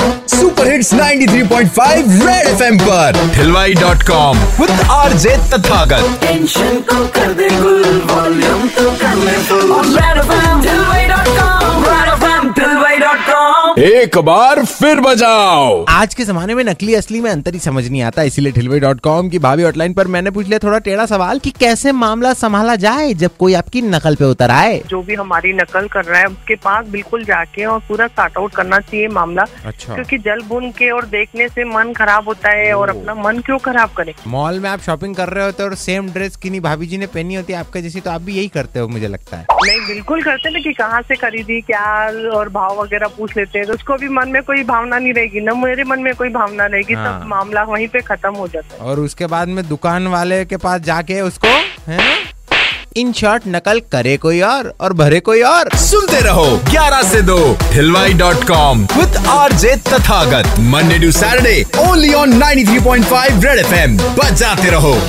Super hits 93.5 red FM पर हिलवाई dot com with R J Tathagat tension को कर दे गुल वॉल्यूम तो कर ले फुल और रेडफम दिलवाई डॉट कॉम रेडफम दिलवाई डॉट कॉम एक बार फिर बजाओ आज के जमाने में नकली असली में अंतर ही समझ नहीं आता इसीलिए ढिलवे डॉट कॉम की भाभी हॉटलाइन पर मैंने पूछ लिया थोड़ा टेढ़ा सवाल कि कैसे मामला संभाला जाए जब कोई आपकी नकल पे उतर आए जो भी हमारी नकल कर रहा है उसके पास बिल्कुल जाके और पूरा सॉर्ट आउट करना चाहिए मामला अच्छा। क्योंकि जल बुन के और देखने से मन खराब होता है और अपना मन क्यों खराब करे मॉल में आप शॉपिंग कर रहे होते हो और सेम ड्रेस किन्हीं भाभी जी ने पहनी होती है आपका जैसी तो आप भी यही करते हो मुझे लगता है नहीं बिल्कुल करते ना कि कहाँ से खरीदी क्या और भाव वगैरह पूछ लेते हैं तो उसको भी मन में कोई भावना नहीं रहेगी ना मेरे मन में कोई भावना रहेगी हाँ। सब मामला वहीं पे खत्म हो जाता है और उसके बाद में दुकान वाले के पास जाके उसको है इन शॉर्ट नकल करे कोई और और भरे कोई और सुनते रहो 11 से 2 हिलवाई dot com with R J Tathagat Monday to Saturday only on 93.5 red FM बजाते रहो